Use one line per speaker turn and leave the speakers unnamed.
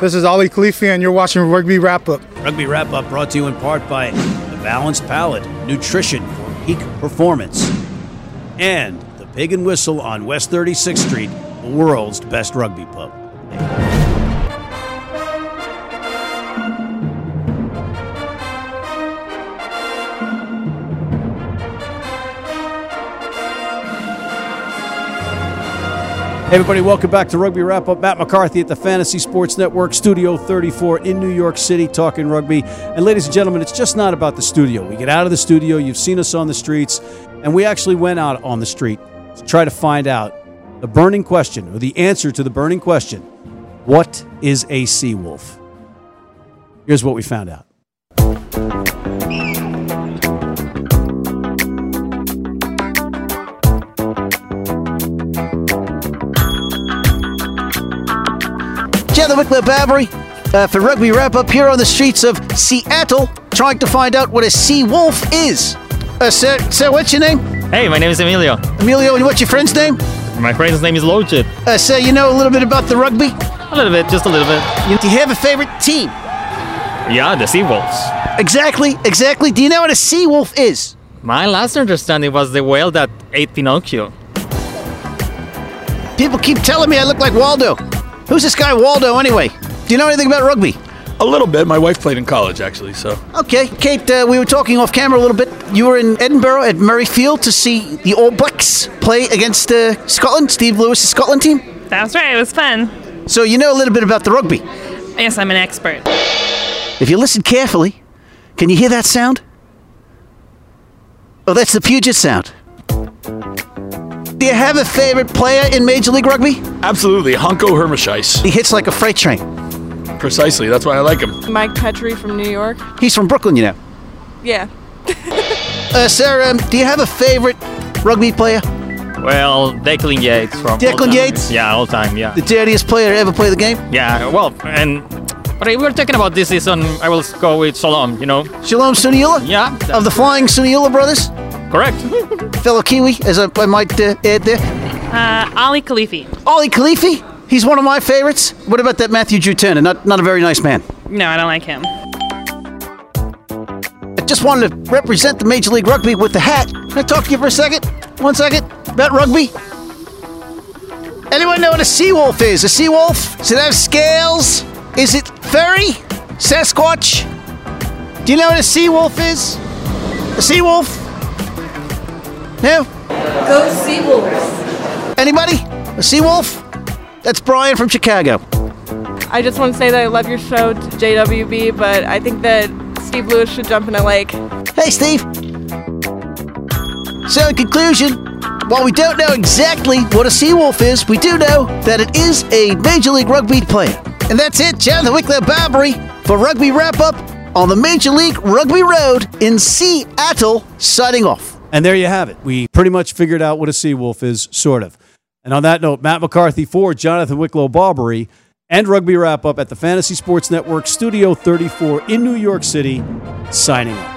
This is Ali Khalifi, and you're watching Rugby Wrap Up.
Rugby Wrap Up brought to you in part by the Balanced Palate, Nutrition for Peak Performance, and the Pig and Whistle on West 36th Street, the world's best rugby pub. Hey everybody, welcome back to Rugby Wrap Up. Matt McCarthy at the Fantasy Sports Network, Studio 34 in New York City, talking rugby. And ladies and gentlemen, it's just not about the studio. We get out of the studio, you've seen us on the streets, and we actually went out on the street to try to find out the burning question, or the answer to the burning question what is a sea wolf? Here's what we found out.
Jan Wickler Babbery uh, for Rugby Wrap Up here on the streets of Seattle, trying to find out what a sea wolf is. Uh, sir, sir, what's your name?
Hey, my name is Emilio.
Emilio, and what's your friend's name?
My friend's name is Lojit.
Uh, sir, you know a little bit about the rugby?
A little bit, just a little bit.
You, do you have a favorite team?
Yeah, the sea wolves.
Exactly, exactly. Do you know what a sea wolf is?
My last understanding was the whale that ate Pinocchio.
People keep telling me I look like Waldo. Who's this guy Waldo anyway? Do you know anything about rugby?
A little bit. My wife played in college, actually. So
Okay, Kate, uh, we were talking off camera a little bit. You were in Edinburgh at Murray Field to see the All Blacks play against uh, Scotland, Steve Lewis' Scotland team.
That's right, it was fun.
So you know a little bit about the rugby.
Yes, I'm an expert.
If you listen carefully, can you hear that sound? Oh, that's the Puget Sound. Do you have a favorite player in Major League Rugby?
absolutely, Honko Hermashise.
He hits like a freight train.
Precisely. That's why I like him.
Mike Petrie from New York.
He's from Brooklyn, you know.
Yeah.
Uh, Sarah, um, do you have a favorite rugby player?
Well, Declan Yates from. all
Declan
time.
Yates?
Yeah, all time, yeah.
The dirtiest player to ever play the game?
Yeah, well, and. But if we're talking about this season, I will go with Solom, you know?
Shalom Suniula?
Yeah.
Of the Flying Suniula Brothers?
Correct.
Fellow Kiwi, as I, I might uh, add there.
Uh, Ali Khalifi.
Ollie Khalifi? He's one of my favorites. What about that Matthew Juturna? Not, not a very nice man.
No, I don't like him.
I just wanted to represent the Major League Rugby with the hat. Can I talk to you for a second? One second? About rugby? Anyone know what a sea wolf is? A sea wolf? Does it have scales? Is it furry? Sasquatch? Do you know what a sea wolf is? A sea wolf? No?
Go sea wolves.
Anybody? A sea wolf? That's Brian from Chicago.
I just want to say that I love your show, JWB, but I think that Steve Lewis should jump in a lake.
Hey, Steve. So, in conclusion, while we don't know exactly what a Seawolf is, we do know that it is a Major League Rugby player. And that's it, Jonathan Wicklow Barbary for Rugby Wrap Up on the Major League Rugby Road in Seattle, signing off.
And there you have it. We pretty much figured out what a sea wolf is, sort of. And on that note, Matt McCarthy for Jonathan Wicklow Barbary and Rugby Wrap Up at the Fantasy Sports Network, Studio 34 in New York City, signing off.